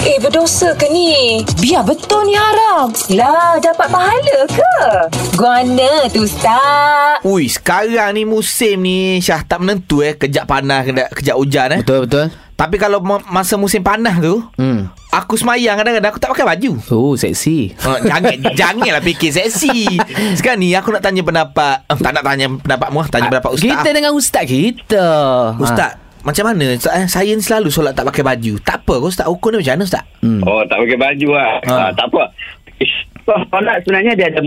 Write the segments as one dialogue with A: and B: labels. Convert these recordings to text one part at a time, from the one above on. A: Eh, berdosa ke ni?
B: Biar betul ni haram.
A: Lah, dapat pahala ke? Guana tu, Ustaz.
C: Ui, sekarang ni musim ni Syah tak menentu eh Kejap panas, kejap, kejap hujan eh
D: Betul betul.
C: Tapi kalau ma- masa musim panas tu
D: Hmm.
C: Aku semayang kadang-kadang Aku tak pakai baju
D: Oh, seksi.
C: Oh, jangan janganlah fikir seksi. Sekarang ni aku nak tanya pendapat. Eh, tak nak tanya pendapat mu, tanya pendapat ustaz.
D: Ah,
C: Ah,
D: Kita Ah. dengan ustaz kita.
C: ustaz, macam mana? Ustaz, eh, Saya ni selalu solat tak pakai baju. Tak apa ke ustaz? Hukum dia macam mana ustaz?
D: Hmm.
E: Oh, tak pakai baju lah.
C: Ha.
E: Ha. Ha, tak apa. Ish, Solat sebenarnya dia ada...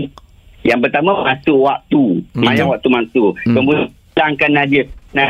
E: Yang pertama, masuk waktu.
C: Hmm.
E: Hmm. Mayang waktu masuk.
D: Hmm.
E: Hmm. Kemudian, hilangkan najis. Nah,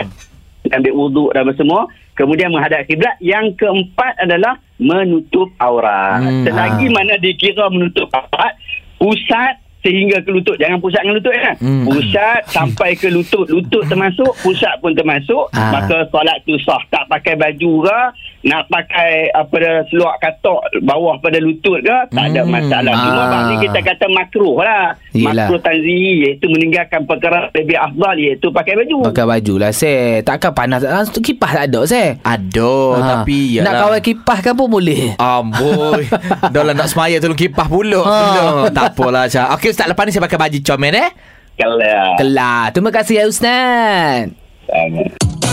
E: ambil uduk dan apa semua. Kemudian menghadap kiblat. Yang keempat adalah menutup aurat.
C: Hmm.
E: Hmm. Selagi mana dikira menutup aurat, pusat sehingga ke lutut. Jangan pusat dengan lutut kan?
C: Hmm.
E: Hmm. Pusat sampai ke lutut. Lutut termasuk, pusat pun termasuk.
D: Ah.
E: Maka solat tu sah. Tak pakai baju ke, nak pakai apa dia, seluar katok bawah pada lutut ke, tak ada
C: Hmm.
E: masalah. Cuma
D: Ah.
E: bang ni kita kata makruh lah.
D: Yelah.
E: Makruh tanzihi iaitu meninggalkan perkara lebih afdal iaitu pakai baju.
D: Pakai baju lah seh. Takkan panas. Ah, kipas tak ada seh.
C: Aduh,
D: Ah.
C: Oh, tapi Ah.
D: Nak kawal kipas kan pun boleh.
C: Amboi Dah lah nak semaya tolong kipah pula
D: Ha.
C: ha. Tak apalah Syah Okey Ustaz lepas ni saya pakai baju comel eh
E: Kalau.
D: Kelah. Terima kasih ya ustaz.
E: Sama.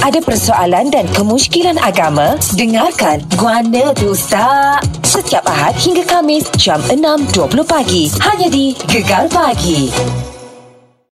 A: Ada persoalan dan kemusykilan agama? Dengarkan Guana tu, Ustaz. Setiap Ahad hingga Kamis, jam 6.20 pagi. Hanya di Gegar Pagi.